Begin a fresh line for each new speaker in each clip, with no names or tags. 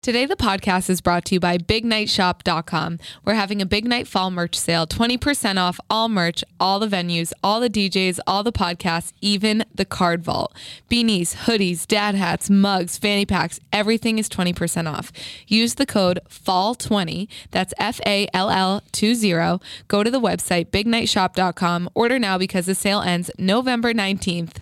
Today, the podcast is brought to you by BigNightShop.com. We're having a big night fall merch sale 20% off all merch, all the venues, all the DJs, all the podcasts, even the card vault. Beanies, hoodies, dad hats, mugs, fanny packs, everything is 20% off. Use the code FALL20, that's F A L L 20. Go to the website, BigNightShop.com. Order now because the sale ends November 19th.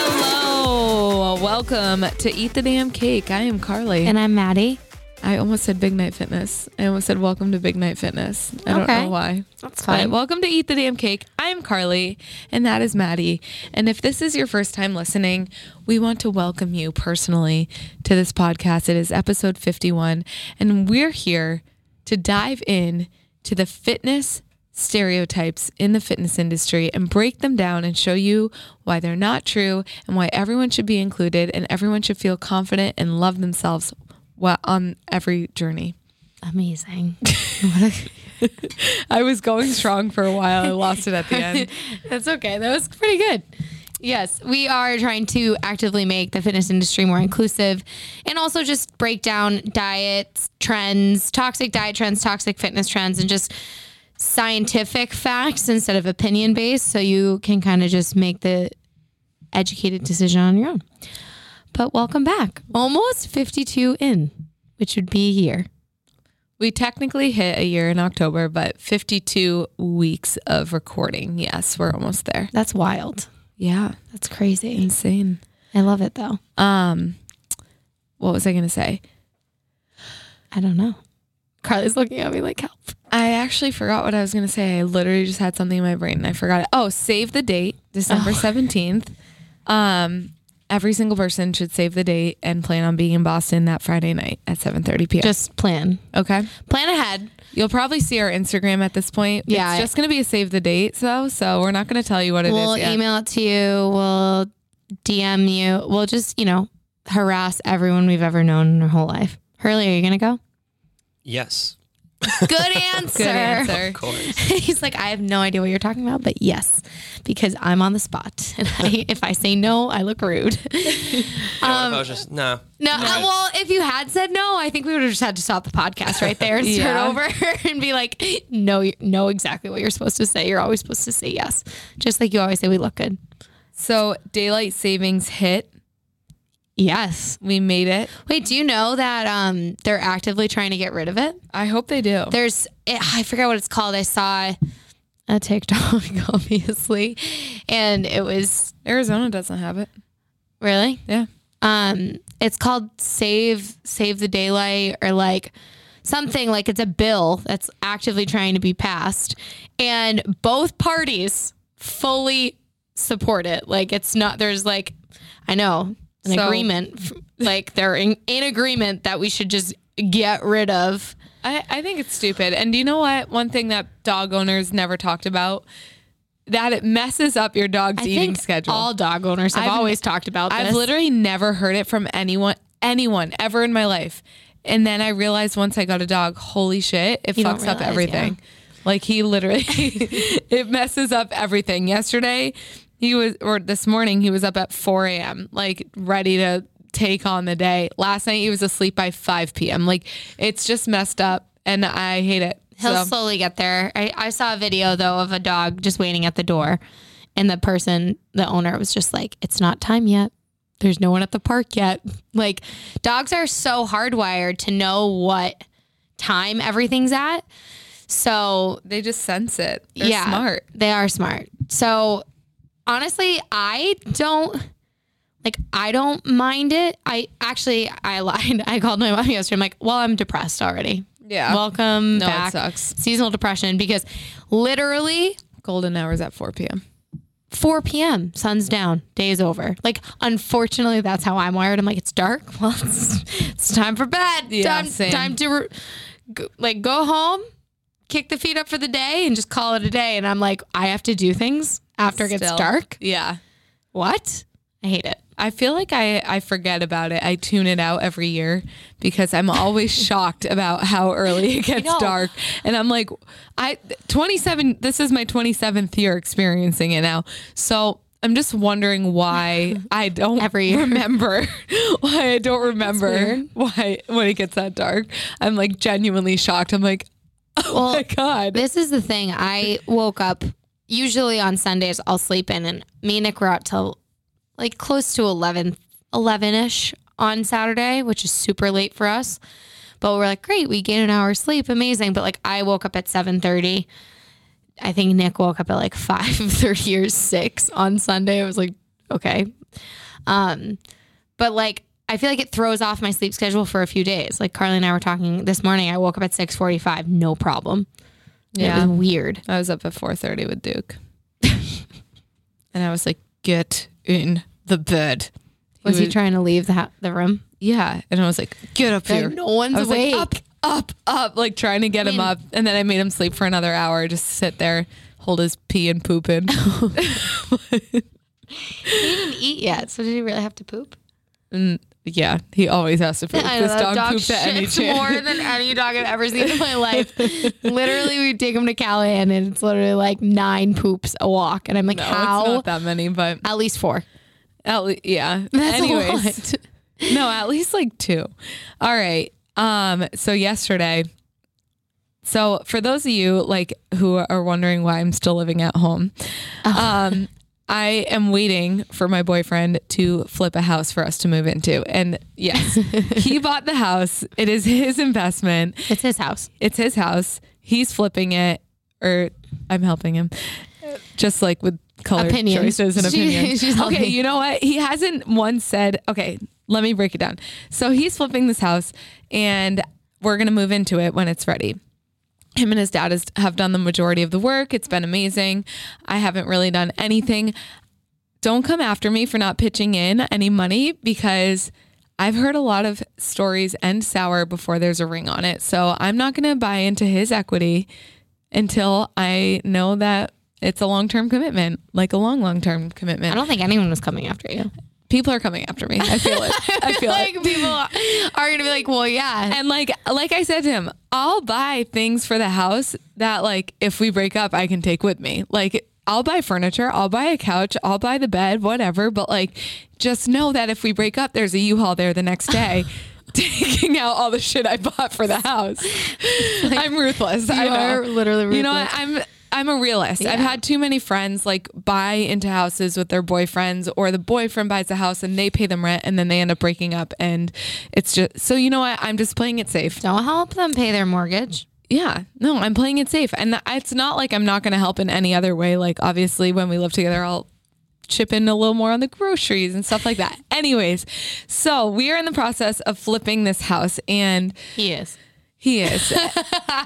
Hello, welcome to Eat the Damn Cake. I am Carly.
And I'm Maddie.
I almost said Big Night Fitness. I almost said Welcome to Big Night Fitness. I don't
Okay.
know why.
That's
But welcome to Eat the Damn Cake. I'm Carly, and that is Maddie. And if this is your first time listening, we want to welcome you personally to this podcast. It is episode 51, and we're here to dive in to the fitness stereotypes in the fitness industry and break them down and show you why they're not true and why everyone should be included and everyone should feel confident and love themselves while on every journey.
Amazing.
I was going strong for a while. I lost it at the end.
That's okay. That was pretty good. Yes, we are trying to actively make the fitness industry more inclusive and also just break down diets, trends, toxic diet trends, toxic fitness trends, and just scientific facts instead of opinion based. So you can kind of just make the educated decision on your own. But welcome back. Almost 52 in, which would be a year.
We technically hit a year in October, but 52 weeks of recording. Yes, we're almost there.
That's wild.
Yeah,
That's crazy.
insane.
I love it though.
Um, what was I going to say?
I don't know. Carly's looking at me like help.
I actually forgot what I was going to say. I literally just had something in my brain and I forgot it. Oh, save the date,
Oh.
December 17th. Um, every single person should save the date and plan on being in Boston that Friday night at 7:30 p.m.
Just plan.
okay?
Plan ahead.
You'll probably see our Instagram at this point.
Yeah,
It's
I-
just going to be a save the date, so so we're not going to tell you what it is.
We'll
yet.
email it to you. We'll DM you. We'll just, you know, harass everyone we've ever known in our whole life. Hurley, are you gonna go?
Yes,
Good answer.
of course.
He's like, I have no idea what you're talking about, but yes, because I'm on the spot. And I, if I say no, I look rude. Um,
Yeah, what if I was just no.
No, uh, well, if you had said no, I think we would have just had to stop the podcast right there and start
Yeah.
over and be like, no, you know exactly what you're supposed to say. You're always supposed to say yes, just like you always say we look good.
So daylight savings hit.
Yes.
We made it.
Wait, do you know that um, they're actively trying to get rid of it?
I hope they do.
There's, it, I forget what it's called. I saw a TikTok, obviously, and it was
Arizona doesn't have it.
really
Yeah.
um it's called save save the daylight or like something like it's a bill that's actively trying to be passed and both parties fully support it like it's not there's like i know an
So-
agreement f- like they're in, in agreement that we should just get rid of
I, I think it's stupid. And do you know what? One thing that dog owners never talked about that it messes up your dog's
I
eating
think
schedule.
all dog owners have
I've-
always talked about this
I've literally never heard it from anyone anyone ever in my life. And then I realized once I got a dog, holy shit, it
You don't
fucks up
realize,
everything. Like he literally it messes up everything. Yesterday he was or this morning he was up at four AM, like ready to take on the day. Last night he was asleep by five PM. Like it's just messed up and I hate it.
He'll
So-
slowly get there. I, I saw a video though of a dog just waiting at the door, and the person, the owner, was just like, "It's not time yet. There's no one at the park yet." Like dogs are so hardwired to know what time everything's at, so
they just sense it. They're
yeah,
smart.
They are smart. So honestly, I don't like. I don't mind it. I actually, I lied. I called my mom yesterday. I'm like, "Well, I'm depressed already."
Yeah.
Welcome
no,
back
it sucks.
seasonal depression because literally
Golden hours at four PM.
4 p.m. sun's down, day's over. Like, unfortunately, that's how I'm wired. I'm like, it's dark. Well, it's, it's time for bed.
Yeah,
time,
same.
time to re- go, like go home, kick the feet up for the day, and just call it a day. And I'm like, I have to do things after it gets
Still.
dark.
Yeah.
What? I hate it.
I feel like I, I forget about it. I tune it out every year because I'm always shocked about how early it gets
know.
dark. And I'm like, I 27, this is my 27th year experiencing it now. So I'm just wondering why I don't
Every year.
remember, why I don't remember
weird.
why when it gets that dark. I'm like genuinely shocked. I'm like, oh
Well,
my God.
This is the thing. I woke up usually on Sundays. I'll sleep in, and me and Nick were out till like close to 11, 11 ish on Saturday, which is super late for us. But we're like, great, we gained an hour of sleep, amazing. But like, I woke up at seven thirty. I think Nick woke up at like five thirty or six on Sunday. I was like, okay, um, but like I feel like it throws off my sleep schedule for a few days. Like Carly and I were talking this morning. I woke up at six forty-five, no problem. Yeah.
Yeah.
It was weird.
I was up at 4:30 with Duke. and I was like, "Get in the bed."
Was he,
was-
trying to leave the, ha- the room?
Yeah, and I was like, "Get up here."
Like, no one's
I was
awake.
like, "Up, up, up," like trying to get him
mean-
up, and then I made him sleep for another hour, just sit there, hold his pee and poop in.
He didn't eat yet, so did he really have to poop?
yeah, he always has to poop.
I know,
this
that
dog,
dog
poops at any
shits more
chance.
than any dog I've ever seen in my life. literally, we take him to Callahan, and it's literally like nine poops a walk, and I'm like,
No,
how?
it's not that many, but
At least four.
at le- yeah.
That's a
Anyways,
lot.
no, at least like two. All right. Um, so yesterday, so for those of you like who are wondering why I'm still living at home, um, I am waiting for my boyfriend to flip a house for us to move into. And yes, he bought the house. It is his investment.
It's his house.
It's his house. He's flipping it, or I'm helping him, just like with color
Opinions.
choices and
She-
opinions.
she's
okay,
helping.
you know what? He hasn't once said. Okay, let me break it down. So he's flipping this house, and we're gonna move into it when it's ready. Him and his dad has, have done the majority of the work. It's been amazing. I haven't really done anything don't come after me for not pitching in any money because I've heard a lot of stories end sour before there's a ring on it. So I'm not going to buy into his equity until I know that it's a long term commitment, like a long, long term
I
commitment.
don't think anyone was coming after you.
People are coming after me. I feel it. I feel it.
Like people are gonna be like, well, yeah.
And like like I said to him, I'll buy things for the house that like if we break up I can take with me. Like I'll buy furniture, I'll buy a couch, I'll buy the bed, whatever, but like just know that if we break up there's a U-Haul there the next day. Taking out all the shit I bought for the house. I'm ruthless. I
you
know.
are literally
You know, what?
ruthless.
I'm I'm a realist. I've had too many friends like buy into houses with their boyfriends, or the boyfriend buys a house and they pay them rent, and then they end up breaking up, and it's just so you know what? I'm just playing it safe.
Don't help them pay their mortgage.
Yeah, no, I'm playing it safe, and it's not like I'm not going to help in any other way. Like obviously, when we live together, I'll chip in a little more on the groceries and stuff like that. Anyways, so we are in the process of flipping this house, and
He is.
he is.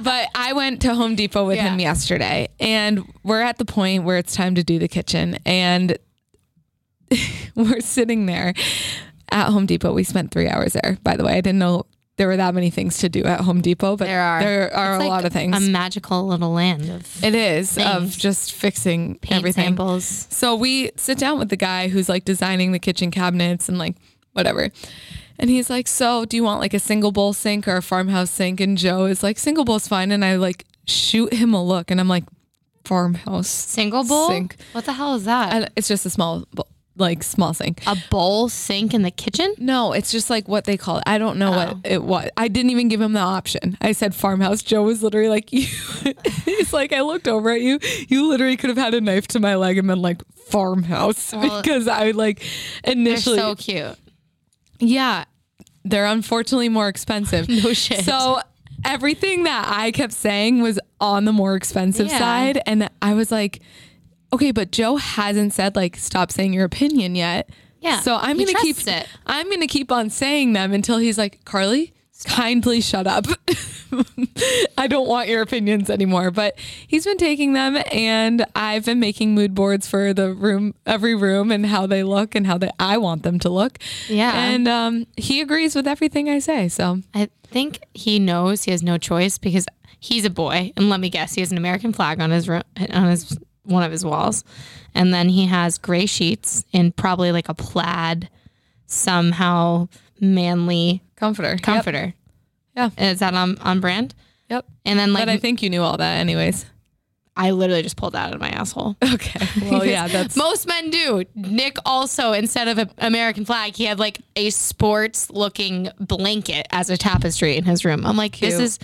but I went to Home Depot with him
Yeah.
yesterday, and we're at the point where it's time to do the kitchen. And we're sitting there at Home Depot. We spent three hours there, by the way. I didn't know there were that many things to do at Home Depot, but
There are.
a
It's like
lot of things.
A magical little land of
it is of
things.
just fixing
paint
everything.
samples.
So we sit down with the guy who's like designing the kitchen cabinets and like whatever. And he's like, So do you want like a single bowl sink or a farmhouse sink? And Joe is like, Single bowl's fine. And I like shoot him a look and I'm like, Farmhouse.
Single bowl?
Sink.
What the hell is that?
And it's just a small, bo- like small sink.
a bowl sink in the kitchen?
No, it's just like what they call it. I don't know
Oh.
what it was. I didn't even give him the option. I said farmhouse. Joe was literally like, you. he's like, I looked over at you. You literally could have had a knife to my leg and been like farmhouse because I like
They're
initially.
so cute.
yeah, they're unfortunately more expensive.
No shit.
So everything that I kept saying was on the more expensive
Yeah.
side. And I was like, okay, but Joe hasn't said like stop saying your opinion yet.
Yeah,
So I'm
he
gonna keep
trusts it.
I'm gonna keep on saying them until he's like, Carly, kindly shut up. I don't want your opinions anymore. But he's been taking them and I've been making mood boards for the room every room and how they look and how they I want them to look.
Yeah.
And um he agrees with everything I say. So
I think he knows he has no choice because he's a boy, and let me guess, he has an American flag on his ro- on his one of his walls, and then he has gray sheets and probably like a plaid somehow manly
Comforter.
comforter.
Yeah.
Is that on, on brand?
Yep.
And then like
but I think you knew all that, anyways.
I literally just pulled that out of my asshole.
Okay. Well, yeah, that's
Most men do. Nick also, instead of an American flag, he had like a sports looking blanket as a tapestry in his room. I'm like, this
Cute.
is,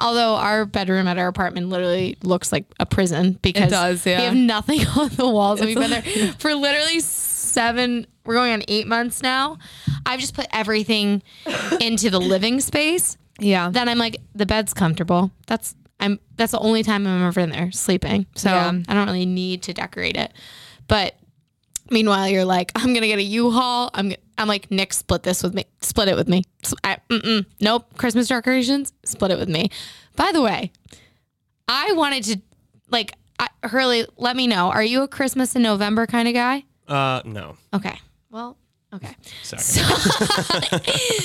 although our bedroom at our apartment literally looks like a prison because
does, yeah.
we have nothing on the walls. and We've been there for literally seven, we're going on eight months now. I've just put everything into the living space.
yeah.
Then I'm like, the bed's comfortable. That's I'm that's the only time I'm ever in there sleeping. So
Yeah.
I don't really need to decorate it. But meanwhile, you're like, I'm gonna get a U-Haul. I'm g- I'm like, Nick, split this with me. Split it with me. S- I, mm-mm. Nope. Christmas decorations. Split it with me. By the way, I wanted to like I, Hurley. Let me know. Are you a Christmas in November kind of guy?
Uh, no.
Okay. Well, okay.
Sorry.
Uh,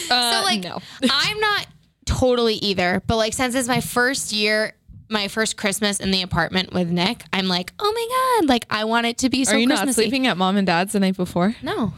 so like I'm not totally either, but like since it's my first year, my first Christmas in the apartment with Nick, I'm like, oh my god, like I want it to be so
Are you not
Christmassy.
sleeping at mom and dad's the night before?
No,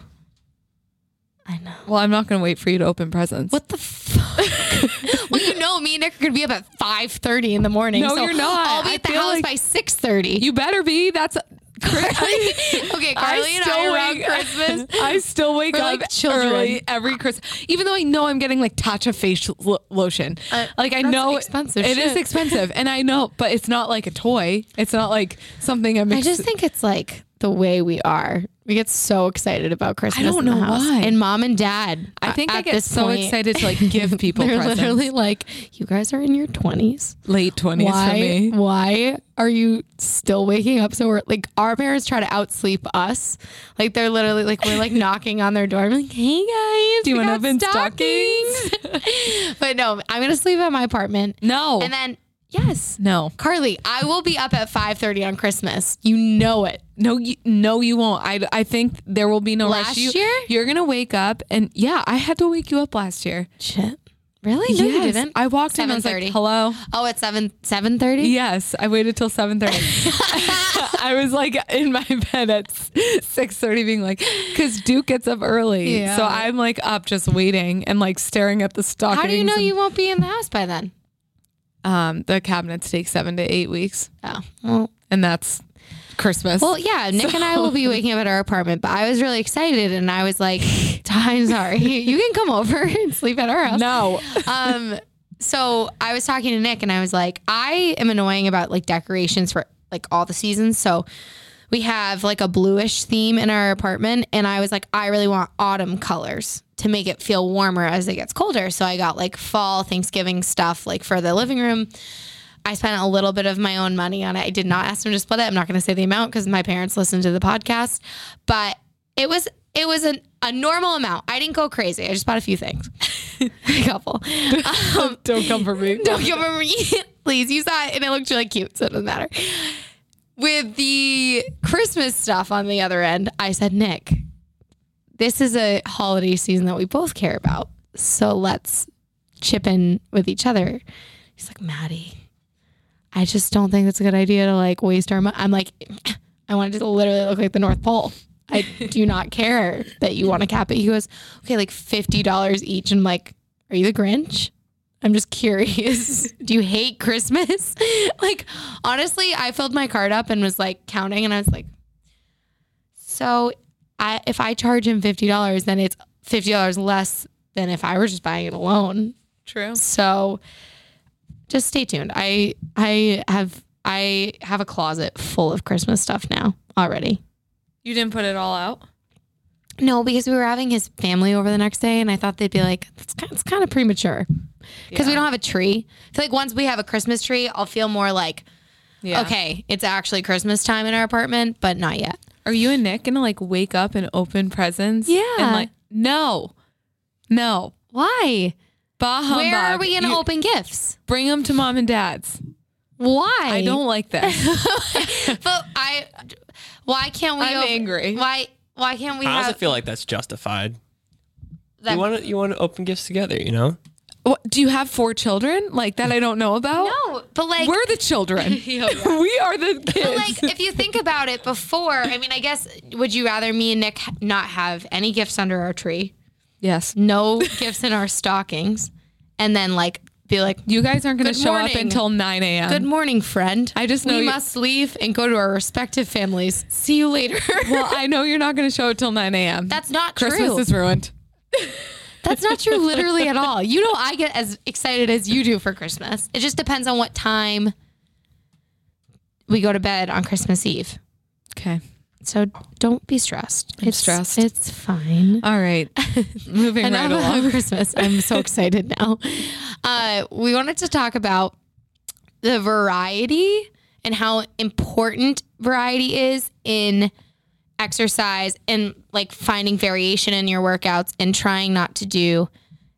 I know.
Well, I'm not going to wait for you to open presents.
What the fuck? well, you know, me and Nick are gonna be up at five thirty in the morning.
No,
so
you're not.
I'll be
I
at the
feel
house
like-
by six thirty.
You better be. That's I,
okay, Carly and I around Christmas.
I still wake
We're
up
like children.
early every Christmas, even though I know I'm getting like Tatcha facial lo- lotion.
Uh,
like I
that's
know
expensive
It is
shit.
expensive, and I know, but it's not like a toy. It's not like something I'm.
I just think it's like the way we are. We get so excited about Christmas. in the
know
house.
why.
And mom and dad.
I think I
at
get
this
so
point,
excited to like give people
They're
presents.
literally like, "You guys are in your twenties.
late twenties for
Why?
me.
Why are you still waking up so we're like our parents try to outsleep us? Like they're literally like we're like knocking on their door. I'm like, hey
Do
guys,
you
we
want to
got
open
stockings."
stockings?
but no, I'm gonna sleep at my apartment.
No,
And then yes,
no,
Carly, I will be up at 5:30 on Christmas. You know it.
no, you, no, you won't. I, I think there will be no
Last
rush. You,
year?
you're gonna wake up, and yeah, I had to wake you up last year.
Shit. Really? No, you
Yes.
didn't.
I walked in. I was like,
7:30.
"Hello."
oh, at seven seven thirty.
Yes, I waited till seven thirty. I was like in my bed at six thirty, being like, because Duke gets up early,
Yeah.
so I'm like up just waiting and like staring at the stockings.
How do you know
and-
you won't be in the house by then?
Um, the cabinets take seven to eight weeks,
Oh, well,
and that's Christmas.
Well, yeah, Nick and I will be waking up at our apartment, but I was really excited and I was like, I'm sorry, you can come over and sleep at our house.
no,
Um, so I was talking to Nick and I was like, I am annoying about like decorations for like all the seasons. So we have like a bluish theme in our apartment. And I was like, I really want autumn colors to make it feel warmer as it gets colder. So I got like fall Thanksgiving stuff like for the living room. I spent a little bit of my own money on it. I did not ask them to split it. I'm not going to say the amount because my parents listened to the podcast, but it was it was an, a normal amount. I didn't go crazy. I just bought a few things, a couple. Um,
don't come for me.
don't give them please. You saw it and it looked really cute, so it doesn't matter. With the Christmas stuff on the other end, I said, Nick, this is a holiday season that we both care about. So let's chip in with each other. He's like, Maddie, I just don't think that's a good idea to like waste our money. I'm like, I want it to literally look like the North Pole. I do not care that you want to cap it. He goes, okay, like $50 each. And I'm like, are you the Grinch? I'm just curious. Do you hate Christmas? like, honestly, I filled my card up and was like counting, and I was like, so I, if I charge him $50, then it's $50 less than if I were just buying it alone.
True.
So just stay tuned. I I have I have a closet full of Christmas stuff now already.
You didn't put it all out.
No, because we were having his family over the next day, and I thought they'd be like, it's kind, it's kind of premature because we don't have a tree. I feel like once we have a Christmas tree, I'll feel more like,
Yeah.
okay, it's actually Christmas time in our apartment, but not yet.
Are you and Nick gonna like wake up and open presents? And
Yeah.
like, no, no.
Why?
Bah humbug.
Where are we going to
You-
open gifts?
Bring them to mom and dad's.
Why?
I don't like this.
But I. Why can't we?
I'm angry.
Why? Why can't we
How does
have
it feel like that's justified?
uh, that?
you want to you want to open gifts together, you know?
What, do you have four children like that? I don't know about.
no, but like
we're the children. we are the
But
kids.
like, if you think about it, before, I mean, I guess, would you rather me and Nick ha- not have any gifts under our tree?
Yes.
no gifts in our stockings, and then like be like,
You guys aren't going
Good
to show
morning.
up until 9 a.m.
"Good morning, friend.
Um, I just know
we
you-
must leave and go to our respective families. See you later."
well, I know you're not going to show up till 9 a.m.
That's not
Christmas
true.
is ruined.
That's not true, literally at all. You know, I get as excited as you do for Christmas. It just depends on what time we go to bed on Christmas Eve.
Okay.
So don't be stressed. it's
stressed.
It's fine.
All right. Moving right
Enough
along.
about Christmas. I'm so excited now. Uh, we wanted to talk about the variety and how important variety is in exercise and like finding variation in your workouts and trying not to do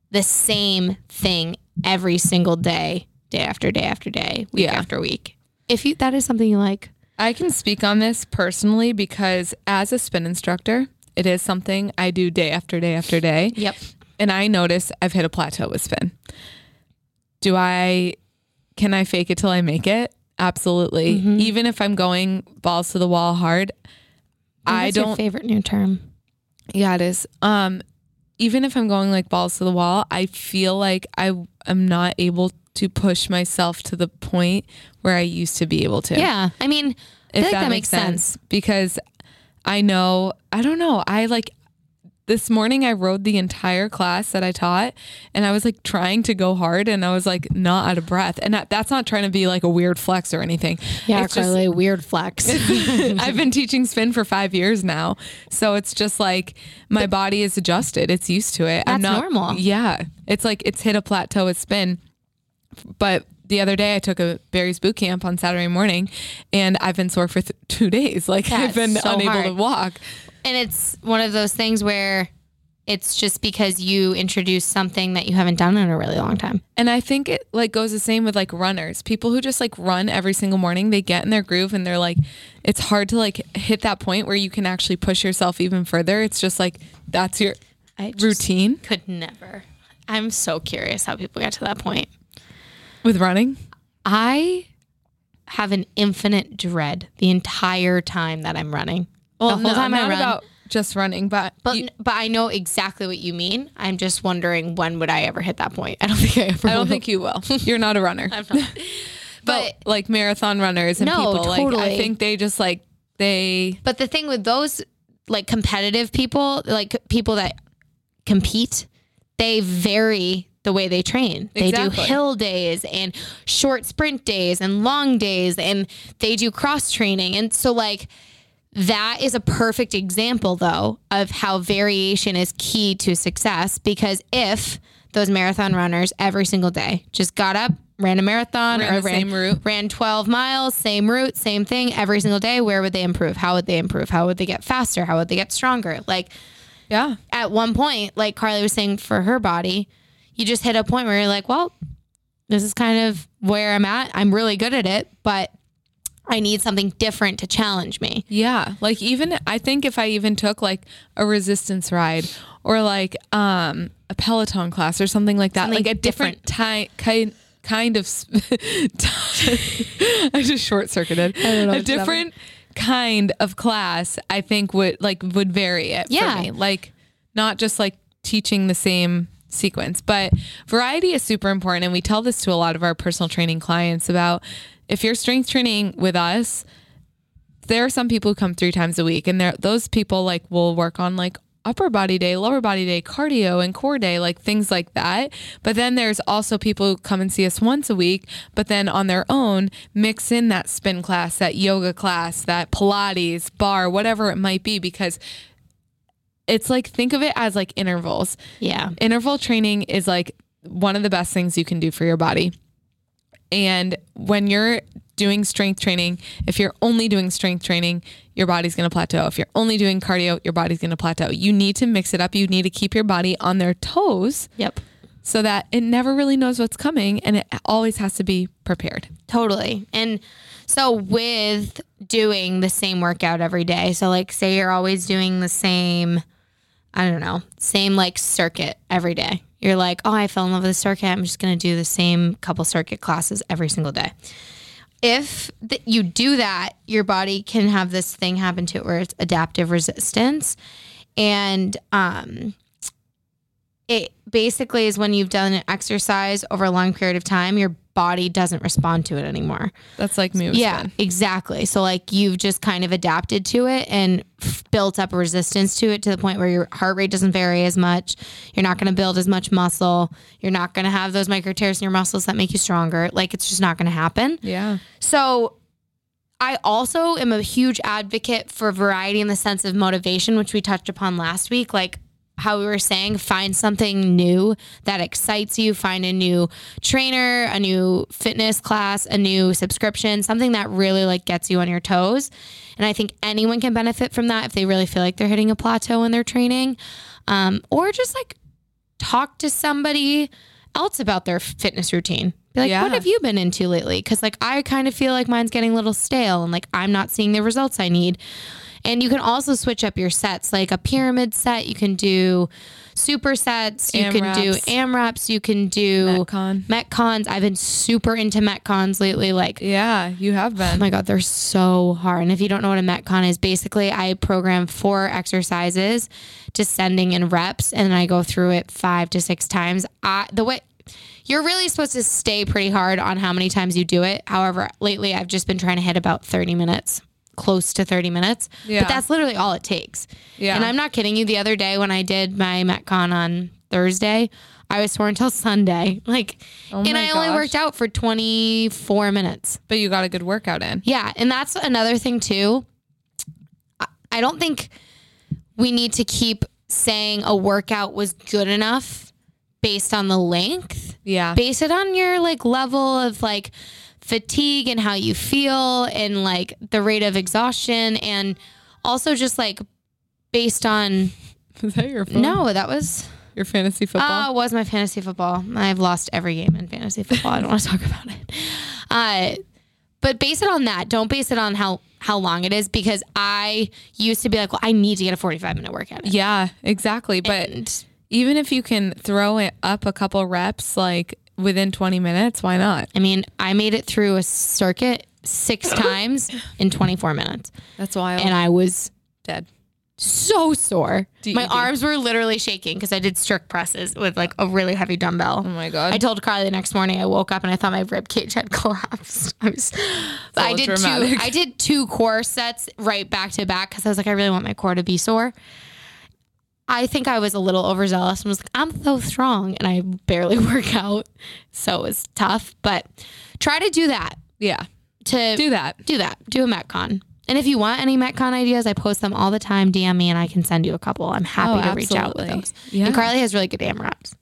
the same thing every single day, day after day after day, week
Yeah.
after week. If you that is something you like,
I can speak on this personally because as a spin instructor, it is something I do day after day after day.
Yep.
And I notice I've hit a plateau with spin. Do I can I fake it till I make it? Absolutely. Even if I'm going balls to the wall hard, I
What's your
don't
favorite new term.
Yeah, it is. Um, even if I'm going like balls to the wall, I feel like I am not able to push myself to the point where I used to be able to.
Yeah, I mean, I
if
think
that, makes sense. Because I know, I don't know, I like this morning I rode the entire class that I taught and I was like trying to go hard and I was like not out of breath. And that, that's not trying to be like a weird flex or anything.
Yeah,
It's just-
Carly, weird flex.
I've been teaching spin for five years now. So it's just like my body is adjusted. It's used to it.
That's normal.
Yeah. It's like it's hit a plateau with spin. But the other day I took a Barry's boot camp on Saturday morning and I've been sore for th- two days. Like
That's
I've been
so
unable to
hard.
walk.
and it's one of those things where it's just because you introduce something that you haven't done in a really long time.
And I think it like goes the same with like runners. People who just like run every single morning, they get in their groove and they're like it's hard to like hit that point where you can actually push yourself even further. It's just like that's your
I just
routine
could never. I'm so curious how people get to that point.
with running.
I have an infinite dread the entire time that I'm running. the whole
no,
time
not
I run.
about just running, but,
but,
you-
but I know exactly what you mean. I'm just wondering when would I ever hit that point? I don't think I ever
I
will.
don't think you will. You're not a runner.
I'm not. but
like marathon runners and
No,
people, like
totally.
I think they just like they
But the thing with those like competitive people, like people that compete, they vary the way they train. They do
Exactly.
hill days and short sprint days and long days and they do cross training. And so like that is a perfect example though of how variation is key to success because if those marathon runners every single day just got up, ran a marathon
Ran
or
the
ran
same route.
ran 12 miles, same route, same thing every single day, where would they improve? How would they improve? How would they get faster? How would they get stronger? Like
yeah.
at one point, like Carly was saying for her body, you just hit a point where you're like, well, this is kind of where I'm at. I'm really good at it, but I need something different to challenge me.
Yeah. Like even I think if I even took like a resistance ride or like um a Peloton class or something like that,
Something
like a different, ti- kind kind of s- I just short circuited.
know
A
what's happening.
different kind of class I think would like would vary it
Yeah.
for me. Like not just like teaching the same sequence, but variety is super important and we tell this to a lot of our personal training clients about if you're strength training with us, there are some people who come three times a week and there those people like will work on like upper body day lower body day cardio and core day like things like that but then there's also people who come and see us once a week but then on their own mix in that spin class that yoga class that pilates bar whatever it might be because it's like think of it as like intervals
Yeah.
interval training is like one of the best things you can do for your body. And when you're doing strength training, if you're only doing strength training, your body's going to plateau. If you're only doing cardio, your body's going to plateau. You need to mix it up. You need to keep your body on their toes
Yep.
so that it never really knows what's coming and it always has to be prepared.
Totally. And so with doing the same workout every day, so like say you're always doing the same I don't know, same like circuit every day. You're like, "Oh, I fell in love with the circuit. I'm just going to do the same couple circuit classes every single day." If th- you do that, your body can have this thing happen to it where it's adaptive resistance and um it basically is when you've done an exercise over a long period of time, your body doesn't respond to it anymore.
That's like me. with
Yeah,
spin.
exactly. So like you've just kind of adapted to it and f- built up a resistance to it to the point where your heart rate doesn't vary as much. You're not going to build as much muscle. You're not going to have those micro tears in your muscles that make you stronger. Like it's just not going to happen.
Yeah.
So I also am a huge advocate for variety in the sense of motivation, which we touched upon last week. Like how we were saying, find something new that excites you, find a new trainer, a new fitness class, a new subscription, something that really like gets you on your toes. And I think anyone can benefit from that if they really feel like they're hitting a plateau in their training. Um, or just like talk to somebody else about their fitness routine. Be like,
Yeah.
what have you been into lately? Because like I kind of feel like mine's getting a little stale and like I'm not seeing the results I need. And you can also switch up your sets, like a pyramid set. You can do super sets. You can do
AMRAPs.
AMRAPs. You can do
Metcon.
Metcons. I've been super into Metcons lately. Like
Yeah, you have
Oh
been.
my God, they're so hard. And if you don't know what a Metcon is, basically I program four exercises, descending in reps, and then I go through it five to six times. I, the way you're really supposed to stay pretty hard on how many times you do it. However, lately I've just been trying to hit about 30 minutes, close to 30 minutes.
Yeah.
But that's literally all it takes.
Yeah.
And I'm not kidding you. The other day when I did my Metcon on Thursday, I was sore until Sunday. Like, and
Oh my
I only
gosh.
worked out for 24 minutes.
But you got a good workout in.
Yeah, and that's another thing too. I- I don't think we need to keep saying a workout was good enough based on the length.
Yeah.
Base it on your like level of like fatigue and how you feel and like the rate of exhaustion and also just like based on
Is that your phone?
no, that was
Your fantasy football?
uh, it was my fantasy football. I've lost every game in fantasy football. I don't want to talk about it. Uh, but base it on that. Don't base it on how how long it is because I used to be like, well, I need to get a forty five minute workout. in.
yeah, exactly. But
And
even if you can throw it up a couple reps like within 20 minutes, why not?
I mean, I made it through a circuit six times in twenty four minutes,
That's wild.
and I was
dead.
so sore. My
DED.
arms were literally shaking because I did strict presses with like a really heavy dumbbell.
Oh my God.
I told Carly the next morning I woke up and I thought my rib cage had collapsed. I was, but I
little
did
dramatic.
two. I did two core sets right back to back because I was like, I really want my core to be sore. I think I was a little overzealous and was like, I'm so strong and I barely work out, so it was tough. But try to do that
yeah.
to
Do that.
do that. Do a MetCon. And if you want any MetCon ideas, I post them all the time. DM me and I can send you a couple. I'm happy
Oh,
to reach out with
absolutely.
those.
Yeah.
And Carly has really good AMRAPs.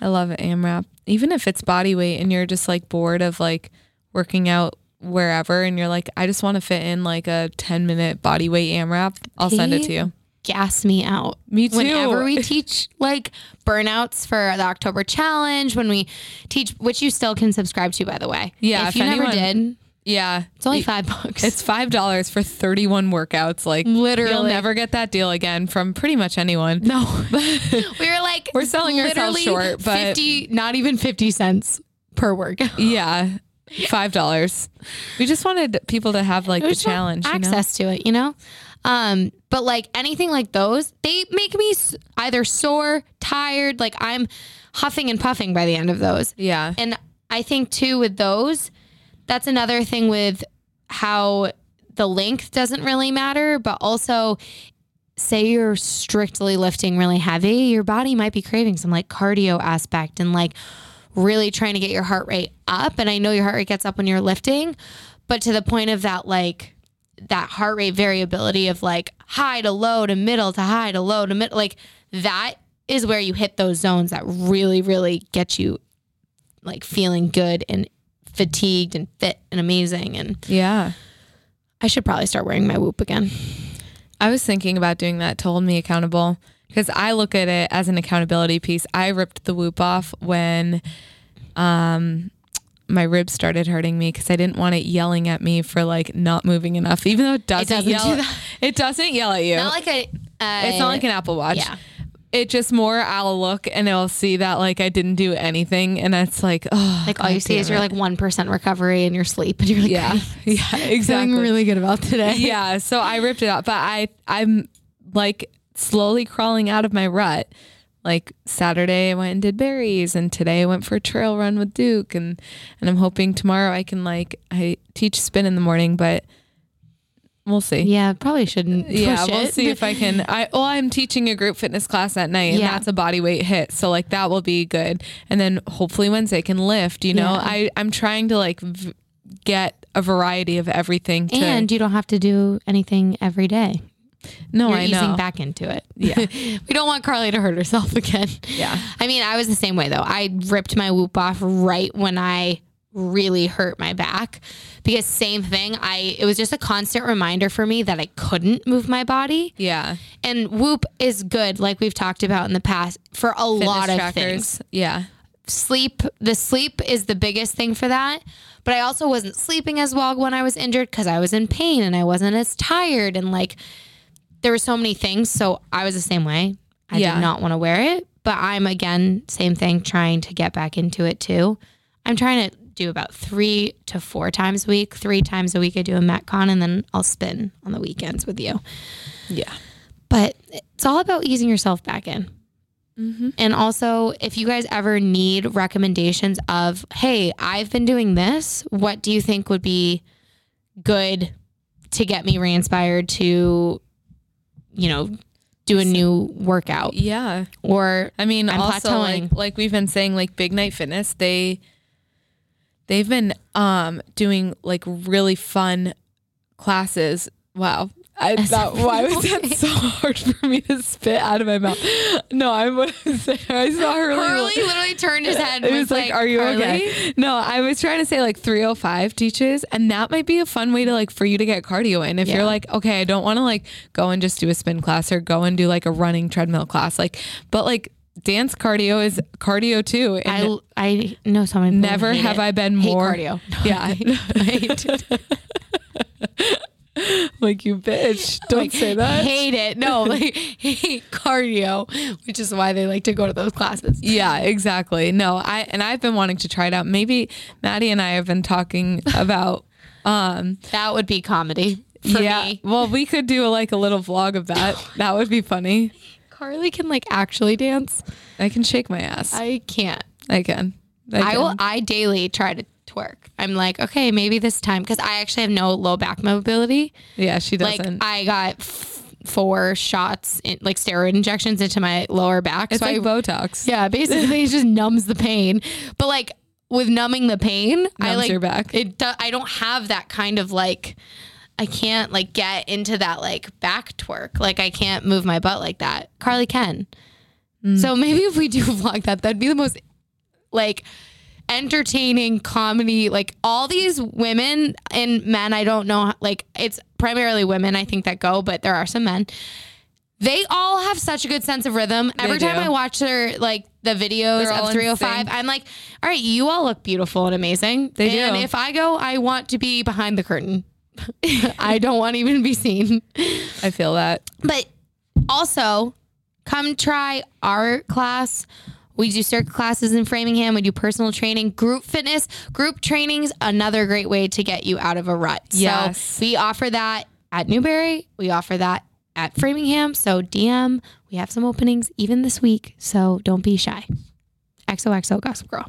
I love it, AMRAP. Even if it's body weight and you're just like bored of like working out wherever and you're like, I just want to fit in like a 10 minute body weight AMRAP, I'll send it to you.
Gas me out.
Me too.
Whenever we teach like burnouts for the October challenge, when we teach, which you still can subscribe to, by the way.
Yeah,
If,
if
you never
anyone-
did,
Yeah.
it's only five bucks.
It's five dollars for thirty-one workouts. Like
Literally.
you'll never get that deal again from pretty much anyone.
no. we were like,
We're selling ourselves
literally
short, but-
50, not even 50 cents per workout.
Yeah, five dollars. We just wanted people to have like
We
the
just want
challenge. you know?
access to it, you know? Um, but like anything like those, they make me s- either sore, tired, like I'm huffing and puffing by the end of those.
Yeah,
And I think too with those, that's another thing with how the length doesn't really matter, but also say you're strictly lifting really heavy, your body might be craving some like cardio aspect and like really trying to get your heart rate up. And I know your heart rate gets up when you're lifting, but to the point of that like that heart rate variability of like high to low to middle to high to low to mid like that is where you hit those zones that really, really get you like feeling good and fatigued and fit and amazing. And
yeah.
I should probably start wearing my whoop again.
I was thinking about doing that to hold me accountable because I look at it as an accountability piece. I ripped the whoop off when, um, my ribs started hurting me because I didn't want it yelling at me for like not moving enough. Even though it doesn't,
doesn't
yell,
do that.
it doesn't yell at you.
Not like a. Uh,
it's not like an Apple Watch.
yeah.
It just more I'll look and I'll see that like I didn't do anything and it's like oh
like all you see is
damn
your like one percent recovery in your sleep, and you're like,
yeah yeah
feeling
exactly
really good about today.
yeah so I ripped it out but I I'm like slowly crawling out of my rut Like Saturday, I went and did berries, and today I went for a trail run with Duke, and and I'm hoping tomorrow I can like I teach spin in the morning, but we'll see.
Yeah, probably shouldn't.
Yeah,
push
we'll
it.
see if I can. I well, I'm teaching a group fitness class at night, and
Yeah.
that's a body weight hit, so like that will be good. And then hopefully Wednesday I can lift. You know,
Yeah.
I I'm trying to like v- get a variety of everything. To,
And you don't have to do anything every day.
no,
You're
Oh, I
easing
know.
back into it.
Yeah.
we don't want Carly to hurt herself again.
Yeah.
I mean, I was the same way though. I ripped my whoop off right when I really hurt my back because same thing. I it was just a constant reminder for me that I couldn't move my body.
Yeah,
And whoop is good, like we've talked about in the past, for a lot of
Fitness
things.
Yeah,
Sleep, the sleep is the biggest thing for that. But I also wasn't sleeping as well when I was injured because I was in pain and I wasn't as tired and like there were so many things. So I was the same way. I
Yeah.
did not want to wear it, but I'm again same thing trying to get back into it too. I'm trying to do about three to four times a week. Three times a week I do a metcon and then I'll spin on the weekends with you
yeah,
but it's all about easing yourself back in.
Mm-hmm.
And also, if you guys ever need recommendations of, hey, I've been doing this, what do you think would be good to get me re inspired to, you know, do a new workout?
yeah.
Or,
I mean,
I'm
also like
plateauing.
like we've been saying, like Big Night Fitness, they they've been um doing like really fun classes. Wow. I that, why was that so hard for me to spit out of my mouth? No, I was I saw her
Carly
really
literally turned his head.
it was like, "Are you
"Carly?"
okay?" No, I was trying to say like 305 teaches, and that might be a fun way to like for you to get cardio in. If
Yeah.
you're like, okay, I don't want to like go and just do a spin class or go and do like a running treadmill class, like, but like dance cardio is cardio too. And
I, I know so many people
never
hate
have
it.
I been
Hate
more
cardio.
Yeah, like you bitch, don't say that.
Hate it. No, like hate cardio, which is why they like to go to those classes.
Yeah, exactly. No, I and I've been wanting to try it out. Maybe Maddie and I have been talking about um,
That would be comedy for me.
Well, we could do like a little vlog of that. that would be funny.
Carly can like actually dance.
I can shake my ass. I,
I can't.
can.
I
can.
will. I daily try to twerk. I'm like, okay, maybe this time because I actually have no low back mobility.
Yeah, she
Like
doesn't.
I got f- four shots, in, like steroid injections into my lower back.
it's
so
like
I
Botox.
Yeah, basically it just numbs the pain. But like with numbing the pain, I
Numbs
like
your back.
It do, I don't have that kind of like I can't like get into that like back twerk. Like I can't move my butt like that. Carly can.
Mm.
So maybe if we do vlog that, that'd be the most like entertaining comedy like all these women and men i don't know like it's primarily women i think that go but there are some men they all have such a good sense of rhythm every time
do.
i watch their like the videos
They're all
of
in
305
sync.
i'm like all right you all look beautiful and amazing
They do.
and if i go i want to be behind the curtain i don't want to even be seen
I feel that.
but also, come try our class. We do circuit classes in Framingham. We do personal training, group fitness, group trainings. Another great way to get you out of a rut.
Yes.
So we offer that at Newberry. We offer that at Framingham. So DM. We have some openings even this week. So don't be shy. XOXO Gossip Girl.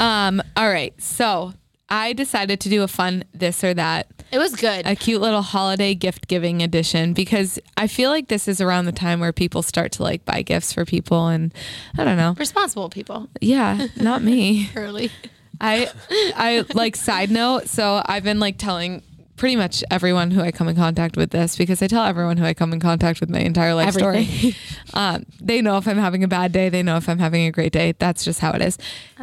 Um. All right. So I decided to do a fun this or that,
It was good.
a cute little holiday gift giving edition because I feel like this is around the time where people start to like buy gifts for people, and I don't know.
Responsible people.
Yeah, not me.
Early.
I I like side note, so I've been like telling pretty much everyone who I come in contact with this because I tell everyone who I come in contact with my entire life story. Um, they know if I'm having a bad day, they know if I'm having a great day. That's just how it is.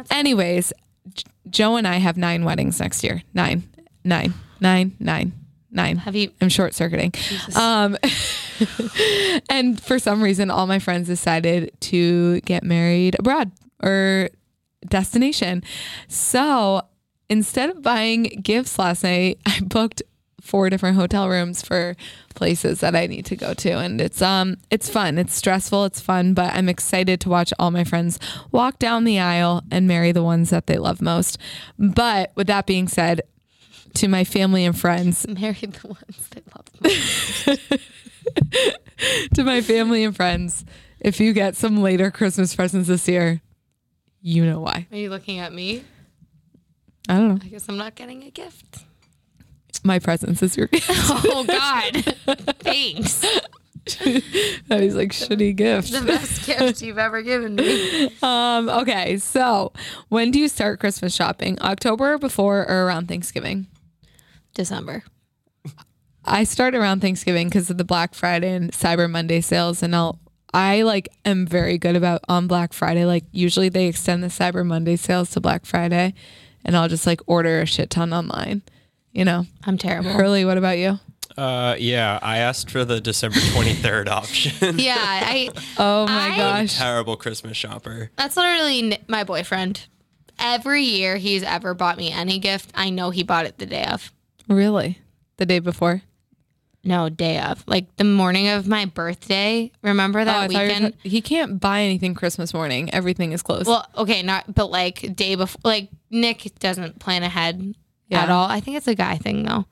Anyways, J- Joe and I have nine weddings next year. Nine, nine, nine, nine, nine.
Have you?
I'm short circuiting. Um, and for some reason, all my friends decided to get married abroad or destination. So instead of buying gifts last night, I booked four different hotel rooms for places that I need to go to and it's um it's fun it's stressful it's fun but I'm excited to watch all my friends walk down the aisle and marry the ones that they love most but with that being said to my family and friends
Married the ones that love me.
to my family and friends, If you get some later Christmas presents this year, you know why.
Are you looking at me?
I don't know.
I guess I'm not getting a gift.
My presents is your gift.
Oh God! Thanks.
that is like shitty gift.
The best gift you've ever given me.
Um, okay, so when do you start Christmas shopping? October before or around Thanksgiving?
December.
I start around Thanksgiving because of the Black Friday and Cyber Monday sales, and I'll I like am very good about on Black Friday. Like usually they extend the Cyber Monday sales to Black Friday, and I'll just like order a shit ton online. You know,
I'm terrible.
Curly, what about you?
Uh, yeah, I asked for the December 23rd option.
Yeah, I.
Oh my
I-
gosh,
Terrible Christmas shopper.
That's literally n- my boyfriend. Every year he's ever bought me any gift, I know he bought it the day of.
really? The day before?
No, day of. Like the morning of my birthday. Remember that
Oh, I thought you were
weekend?
ta- he can't buy anything Christmas morning. Everything is closed.
Well, okay, not but like day before. Like Nick doesn't plan ahead
Yeah.
at all. I think it's a guy thing though.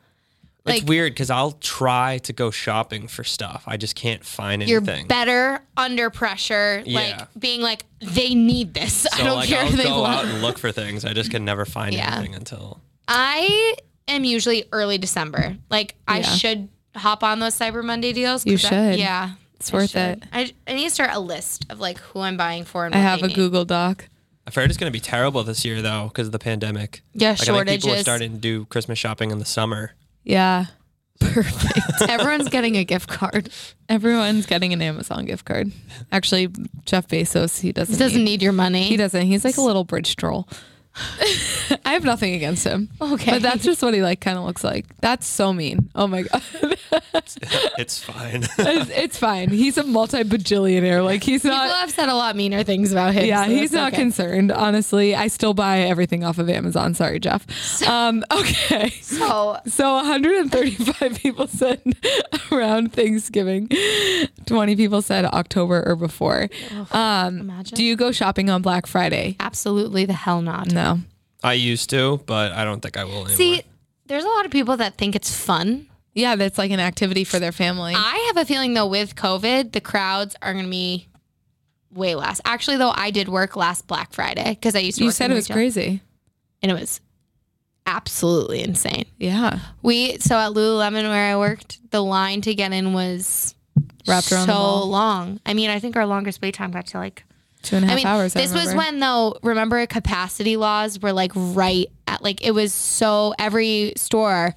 Like-
it's weird because I'll try to go shopping for stuff. I just can't find
You're
anything.
better under pressure,
Yeah.
like being like they need this. I
so
don't
like
care
I'll
if they
go
want.
out and look for things. I just can never find
Yeah.
anything until
I am usually early December. Like I
Yeah.
should hop on those Cyber Monday deals. 'cause
You
that-
should.
yeah.
it's worth it.
I, I need to start a list of like who I'm buying for and
I
what
have
they
a
need.
Google Doc.
I've heard it's going to be terrible this year though because of the pandemic.
Yeah,
Like, I think people are
shortages.
starting to do Christmas shopping in the summer.
Yeah.
Everyone's getting a gift card.
Everyone's getting an Amazon gift card. Actually, Jeff Bezos, he doesn't.
He doesn't
need-
need your money.
he doesn't. He's like a little bridge troll. I have nothing against him.
Okay.
But that's just what he like kind of looks like. That's so mean. Oh my god.
It's fine.
it's, it's fine. He's a multi-bajillionaire. Like he's
People
not
have said a lot meaner things about him.
Yeah,
so
he's
it's
not
okay.
concerned. Honestly, I still buy everything off of Amazon. Sorry, Jeff. Um okay.
So
So 135 people said around Thanksgiving. 20 people said October or before. Um,
imagine.
do you go shopping on Black Friday?
Absolutely the hell not.
No.
I used to, but I don't think I will anymore.
See, there's a lot of people that think it's fun.
Yeah, that's like an activity for their family.
I have a feeling though with COVID, the crowds are going to be way less. Actually, though, I did work last Black Friday because I used to.
you
work
said
in
it was
retail,
crazy.
and it was absolutely insane.
Yeah.
We so at Lululemon where I worked, the line to get in was
Wrapped around the
so
wall.
long. I mean, I think our longest wait time got to like.
Two and a half
I mean,
hours. I
this was
remember.
when though. Remember, capacity laws were like right at like it was so every store.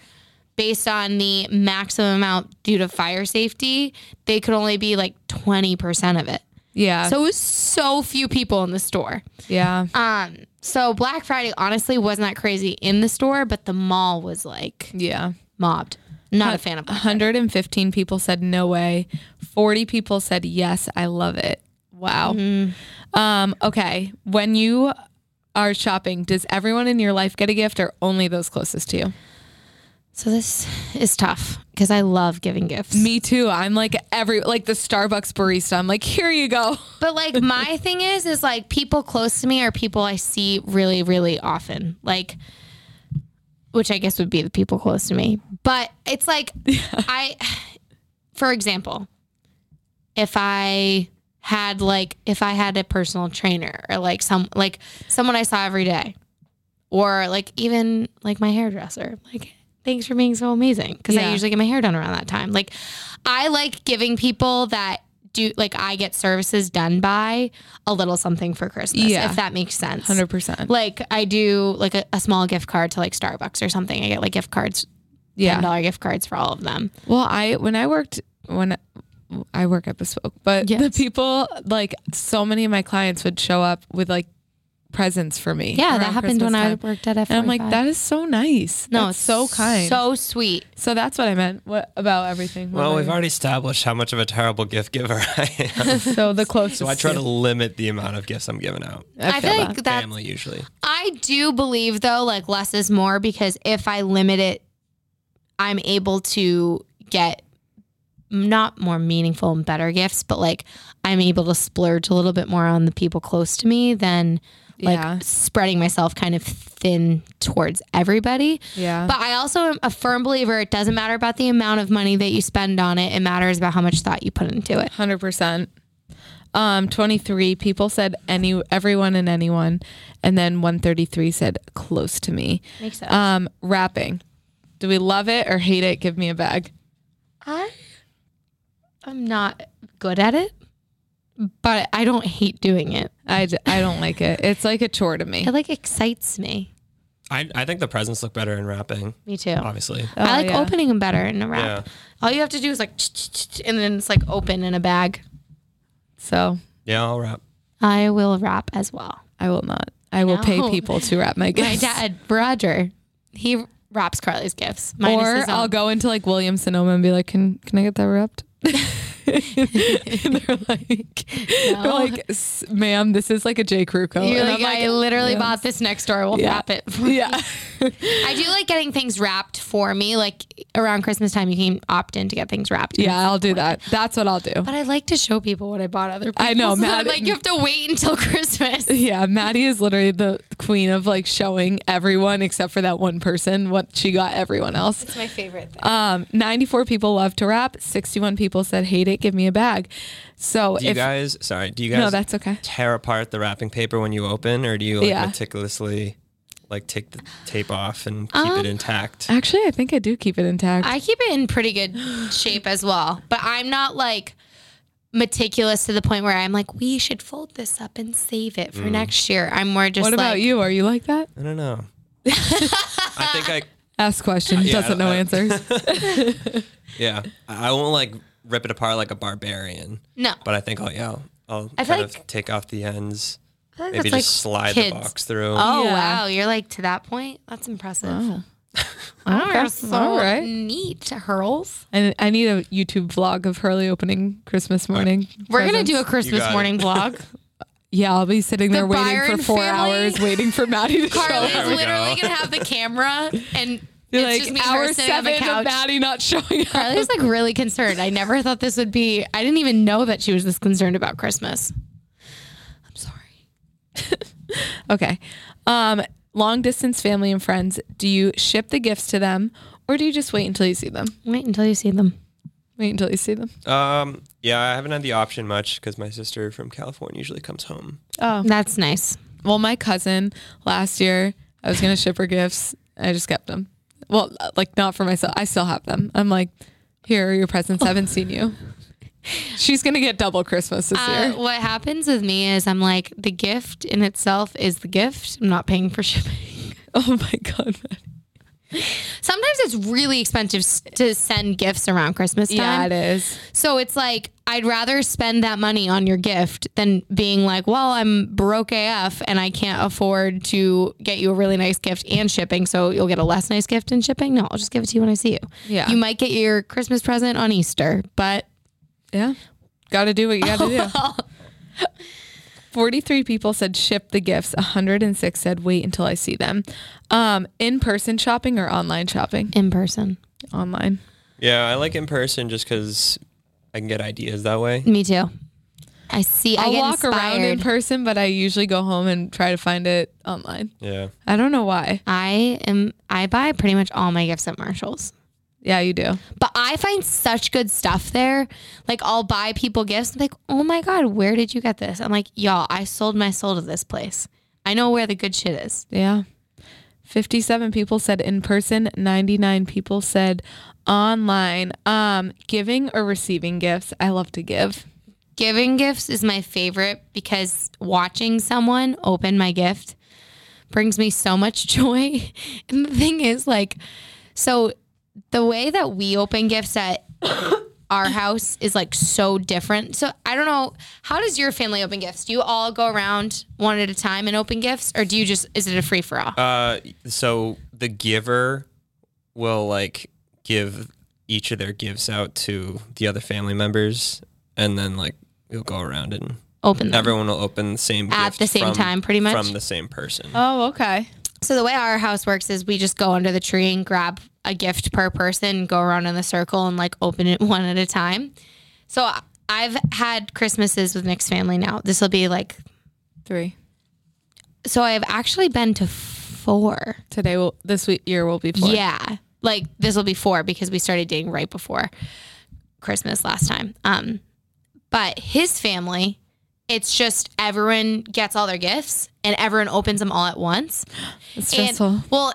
Based on the maximum amount due to fire safety, they could only be like 20% of it.
Yeah.
So it was so few people in the store.
yeah.
Um, so Black Friday honestly wasn't that crazy in the store, but the mall was like
Yeah.
mobbed. Not a fan of Black
115 people said no way. 40 people said yes, I love it. Wow. Um, okay. When you are shopping, does everyone in your life get a gift or only those closest to you?
So this is tough because I love giving gifts.
Me too. I'm like every like the Starbucks barista. I'm like, here you go.
But like my thing is is like people close to me are people I see really really often. Like which I guess would be the people close to me. But it's like I for example, if I had like if I had a personal trainer or like some like someone I saw every day or like even like my hairdresser, like thanks for being so amazing because I
Yeah.
usually get my hair done around that time. Like I like giving people that do like I get services done by a little something for Christmas
Yeah.
if that makes sense.
100%.
Like I do like a, a small gift card to like Starbucks or something. I get like gift cards, ten
yeah.
dollar gift cards for all of them.
uh, Well, I when I worked when I work at Bespoke, but the
Yes.
people like so many of my clients would show up with like presents for me.
Yeah, that
around
happened when
Christmas
I
time.
worked at F.
And I'm like, that is so nice.
No,
That's so kind. So,
so sweet.
that's what I meant. What about everything? What
well,
about
we've
you?
already established how much of a terrible gift giver I am.
so the closest.
so I try to limit the amount of gifts I'm giving out.
I, feel
that.
like that's
Family usually.
I do believe though, like less is more because if I limit it, I'm able to get not more meaningful and better gifts, but like I'm able to splurge a little bit more on the people close to me than like
Yeah.
spreading myself kind of thin towards everybody.
Yeah.
But I also am a firm believer it doesn't matter about the amount of money that you spend on it, it matters about how much thought you put into it.
Hundred percent. Um, 23 people said any everyone and anyone, and then 133 said close to me.
Makes sense.
Um, rapping. Do we love it or hate it? Give me a bag.
I I'm not good at it, but I don't hate doing it.
I, d- I don't like it. It's like a chore to me.
It like excites me.
I, I think the presents look better in rapping,
Me too.
obviously.
I
Oh,
like
yeah.
opening them better in a wrap. All you have to do is like, and then it's like open in a bag.
So
Yeah, I'll rap.
I will wrap as well.
I will not. I will
No.
pay people to wrap my
My
gifts.
dad, Roger, he wraps Carly's gifts. Mine is
or
his own.
I'll go into like Williams Sonoma and be like, "Can can I get that wrapped?" and they're like, they're
No.
like, "S- "Ma'am, this is like a J Crew coat."
You're
And
like,
I'm
I literally bought this next door. We'll
Yeah.
wrap it.
yeah.
I do like getting things wrapped for me. Like around Christmas time, you can opt in to get things wrapped.
Yeah, I'll do that. That's what I'll do.
But I like to show people what I bought other people.
I know,
So I'm
Maddie-
like, you have to wait until Christmas.
Yeah, Maddie is literally the queen of like showing everyone except for that one person what she got everyone else.
It's my favorite thing.
Um, 94 people love to rap. 61 people said hate it, give me a bag. So
Do you
if
guys, sorry, do you guys
No, that's okay.
tear apart the wrapping paper when you open or do you like
Yeah.
meticulously like take the tape off and keep it intact?
Actually, I think I do keep it intact.
I keep it in pretty good shape as well. But I'm not like meticulous to the point where I'm like, we should fold this up and save it for next year. I'm more just
Mm. what
like,
about you? Are you like that?
I don't know. I think I,
Ask questions,
Yeah,
doesn't know
I-
answers.
yeah, I I won't like rip it apart like a barbarian,
No.
but I think I'll, yeah, I'll, I'll
I feel
kind
like-
of take off the ends,
I feel like
maybe
that's,
just
like,
slide
kids.
the box through.
Oh
Yeah.
wow, you're like to that point. That's impressive. Oh,
Okay.
you're so
All right.
neat, Hurls.
I, I need a YouTube vlog of Hurley opening Christmas morning.
We're gonna
presents.
do a Christmas
got it.
morning vlog.
Yeah, I'll be sitting there waiting
Byron
for four
family?
hours, waiting for Maddie to show
Carly's
up.
There we
literally
go.
gonna have the camera and
You're
it's just
like
me and her
hour
sitting on the
seven of
couch.
Maddie not showing up.
Carly's like really concerned. I never thought this would be. I didn't even know that she was this concerned about Christmas. I'm sorry.
Okay. Um, long distance family and friends. Do you ship the gifts to them, or do you just wait until you see them?
Wait until you see them.
Wait until you see them.
Oh.
Um, yeah, I haven't had the option much because my sister from California usually comes home.
Oh.
That's nice.
Well, my cousin last year, I was gonna ship her gifts. I just kept them. Well, like not for myself. I still have them. I'm like, here are your presents. I haven't seen you. She's gonna get double Christmas this
Uh,
year.
what happens with me is I'm like the gift in itself is the gift. I'm not paying for shipping.
Oh my god.
Sometimes it's really expensive s- to send gifts around Christmas time.
Yeah, it is.
So it's like I'd rather spend that money on your gift than being like, well, I'm broke AF and I can't afford to get you a really nice gift and shipping. So you'll get a less nice gift and shipping. No, I'll just give it to you when I see you.
Yeah.
You might get your Christmas present on Easter, but
Yeah. Got to do what you got to do. 43 people said ship the gifts. 106 said wait until I see them. Um, in person shopping or online shopping?
in person.
Online.
Yeah, I like in person just because I can get ideas that way.
Me too. I see. i
I'll
get
walk
inspired.
around in person, but I usually go home and try to find it online.
Yeah.
I don't know why.
I am. I buy pretty much all my gifts at Marshalls.
Yeah, you do.
But I find such good stuff there. Like I'll buy people gifts. I'm like, oh my god, where did you get this? I'm like, y'all, I sold my soul to this place. I know where the good shit is.
Yeah. 57 people said in person, 99 people said online. Um, giving or receiving gifts? I love to give.
Giving gifts is my favorite because watching someone open my gift brings me so much joy. And the thing is, like, so the way that we open gifts at our house is like so different. So I don't know. How does your family open gifts? Do you all go around one at a time and open gifts, or do you just is it a free for all?
Uh, so the giver will like give each of their gifts out to the other family members, and then like you'll go around and
open them.
everyone will open the same
Mm-hmm. At
gift
the same
from-
time, pretty much?
from the same person.
Oh, okay.
So the way our house works is we just go under the tree and grab a gift per person, go around in the circle and like open it one at a time. So I- I've had Christmases with Nick's family now. This will be like
Three.
so I've actually been to four.
Today will this week year will be four.
Yeah. Like this will be four because we started dating right before Christmas last time. Um, but his family It's just everyone gets all their gifts and everyone opens them all at once.
It's
And-
stressful.
well,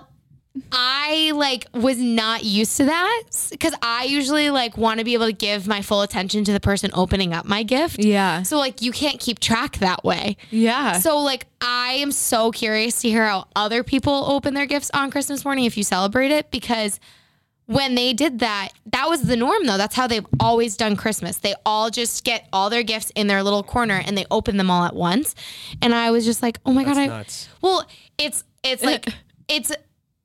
I like was not used to that because I usually like want to be able to give my full attention to the person opening up my gift.
yeah.
So like you can't keep track that way.
yeah.
So like I am so curious to hear how other people open their gifts on Christmas morning if you celebrate it because when they did that, that was the norm though. That's how they've always done Christmas. They all just get all their gifts in their little corner and they open them all at once. And I was just like, "Oh my god, I
That's nuts.
Well, it's
Eh.
it's like it's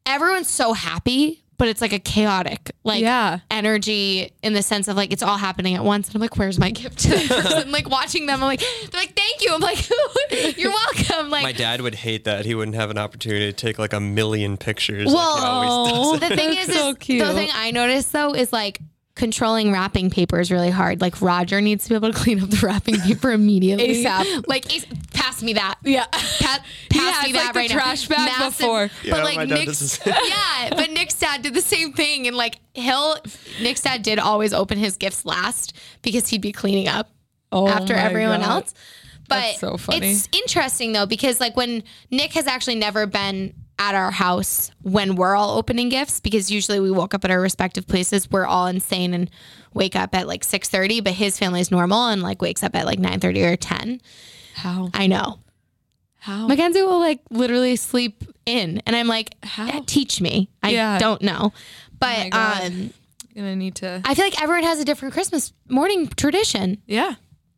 everyone's so happy, but it's like a chaotic like
Yeah.
energy in the sense of like it's all happening at once. And I'm like, where's my gift to the person? like watching them, I'm like, they're like, thank you. I'm like, you're welcome. Like
My dad would hate that. He wouldn't have an opportunity to take like a million pictures. like he always does.
Well,
the thing is,
That's so
is
cute.
the thing I noticed though is like controlling wrapping paper is really hard. Like Roger needs to be able to clean up the wrapping paper immediately.
ASAP.
Like ace- pass me that.
yeah.
Pass, pass
Yeah,
me
it's
that
like the
right
trash
now.
bag before.
Yeah,
but like
my dad
Nick's,
does the
yeah, but Nick's dad did the same thing, and like he'll Nick's dad did always open his gifts last because he'd be cleaning up
Oh
after
my
everyone
God.
else. But
That's so funny.
it's interesting though because like when Nick has actually never been at our house when we're all opening gifts because usually we woke up at our respective places. We're all insane and wake up at like six thirty, but his family's normal and like wakes up at like nine thirty or ten.
How?
I know.
How?
Mackenzie will like literally sleep in, and I'm like, "Eh,
How?
teach me. I
Yeah.
don't know,
my
but
God.
um,
gonna need to.
I feel like everyone has a different Christmas morning tradition.
Yeah.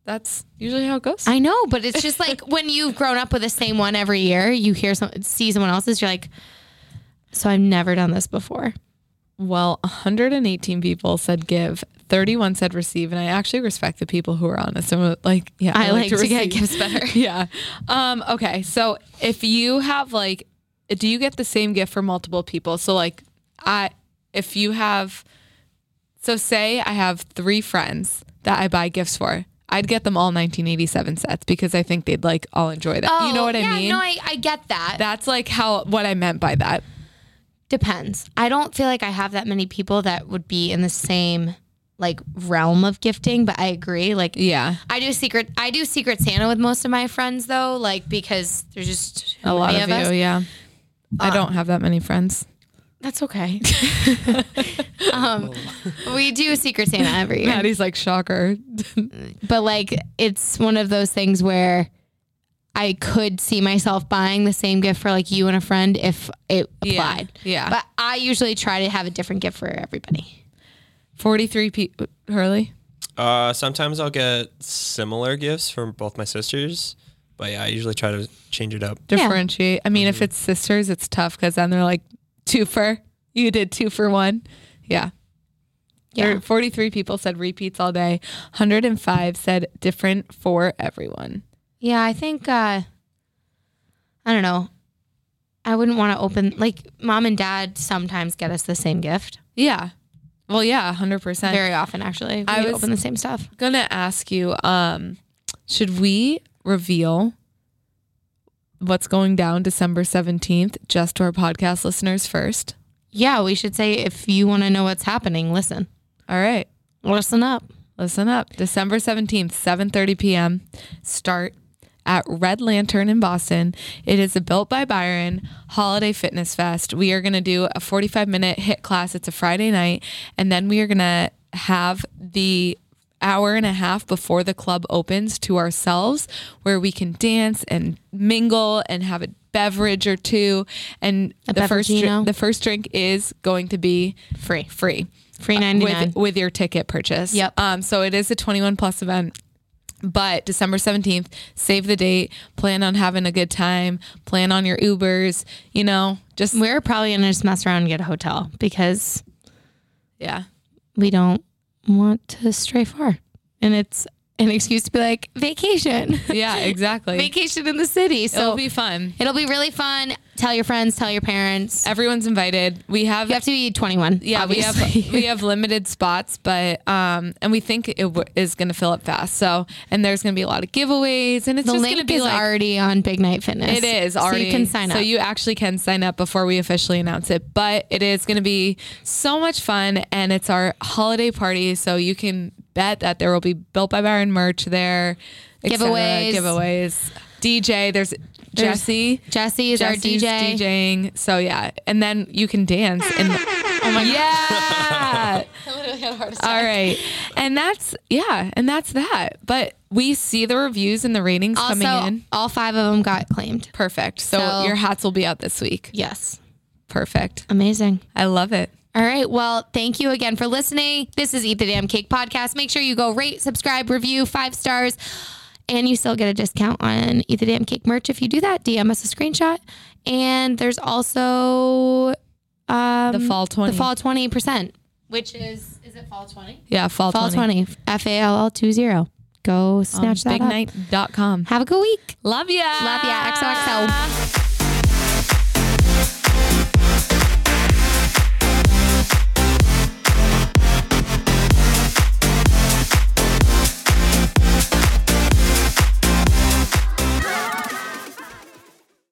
That's usually how it goes.
I know, but it's just like when you've grown up with the same one every year, you hear some, see someone else's, you're like, so I've never done this before.
Well, 118 people said give, 31 said receive, and I actually respect the people who are honest. I'm like, yeah,
I, like, to, get
receive.
gifts better.
yeah. Um, okay. So if you have like, do you get the same gift for multiple people? So like, I if you have, so say I have three friends that I buy gifts for. I'd get them all 1987 sets because I think they'd like all enjoy that. you know what
Oh, yeah,
Oh, I mean?
No, I, I get that.
That's like how what I meant by that.
Depends. I don't feel like I have that many people that would be in the same like realm of gifting, but I agree. Like,
Yeah.
I do secret. I do Secret Santa with most of my friends though, like because there's just too
A lot
many
of, Um,
us.
you, yeah. I don't have that many friends.
That's okay. um, we do Secret Santa every year,
Maddie's like shocker.
but like it's one of those things where I could see myself buying the same gift for like you and a friend if it applied.
Yeah.
But I usually try to have a different gift for everybody.
43 people. Hurley?
Uh, sometimes I'll get similar gifts from both my sisters, but yeah, I usually try to change it up.
Differentiate. I mean, if it's sisters, it's tough because then they're like, two for. You did two for one. Yeah.
Yeah.
There- 43 people said repeats all day. 105 said different for everyone.
Yeah, I think uh I don't know. I wouldn't want to open like mom and dad sometimes get us the same gift.
Yeah. Well, yeah, 100%.
Very often actually. We
I was-
open the same stuff.
gonna ask you um should we reveal what's going down december 17th just to our podcast listeners first
Yeah, we should say if you want to know what's happening, listen.
all right
Listen up.
listen up december 17th 7.30 p.m start at red lantern in boston it is a built by byron holiday fitness fest we are going to do a 45 minute hit class it's a friday night and then we are going to have the hour and a half before the club opens to ourselves where we can dance and mingle and have a beverage or two and the first
beveragino.
dri- the first drink is going to be
Free.
free
Free 99.
Uh, with with your ticket purchase.
Yep.
Um, so it is a 21 plus event. But December 17th, save the date, plan on having a good time, plan on your Ubers, you know, just
We're probably going to just mess around and get a hotel because
yeah.
we don't want to stray far. And it's an excuse to be like vacation.
Yeah, exactly.
vacation in the city. So
It'll be fun.
It'll be really fun. Tell your friends, tell your parents.
Everyone's invited. We have
You have to be 21.
yeah, we
obviously.
have we have limited spots, but um, and we think it w- is going to fill up fast. So, and there's going to be a lot of giveaways, and it's
the
just going to
link
be
is
like
already on Big Night Fitness.
It is already.
So you can sign up.
So you actually can sign up before we officially announce it. But it is going to be so much fun, and it's our holiday party. So you can bet that there will be built by Byron merch there. et cetera,
Giveaways.
giveaways. DJ, there's, Jesse.
Jesse is
Jesse's
our DJ.
DJing. So yeah, and then you can dance. And oh my yeah. All right, and that's yeah, and that's that. But we see the reviews and the ratings coming
Also,
in.
all five of them got claimed.
Perfect. So,
So-
your hats will be out this week.
Yes.
Perfect.
Amazing.
I love it.
All right. Well, thank you again for listening. This is Eat the Damn Cake podcast. Make sure you go rate, subscribe, review, five stars, and you still get a discount on Eat the Damn Cake merch if you do that. DM us a screenshot. And there's also um,
The fall
the
20.
fall 20%, which is, is it fall 20?
yeah, fall,
Fall
20.
20, F A L L 20. Go snatch that up.
Bignight.com.
Have a good week. Ah.
Love ya.
Love ya. XOXO.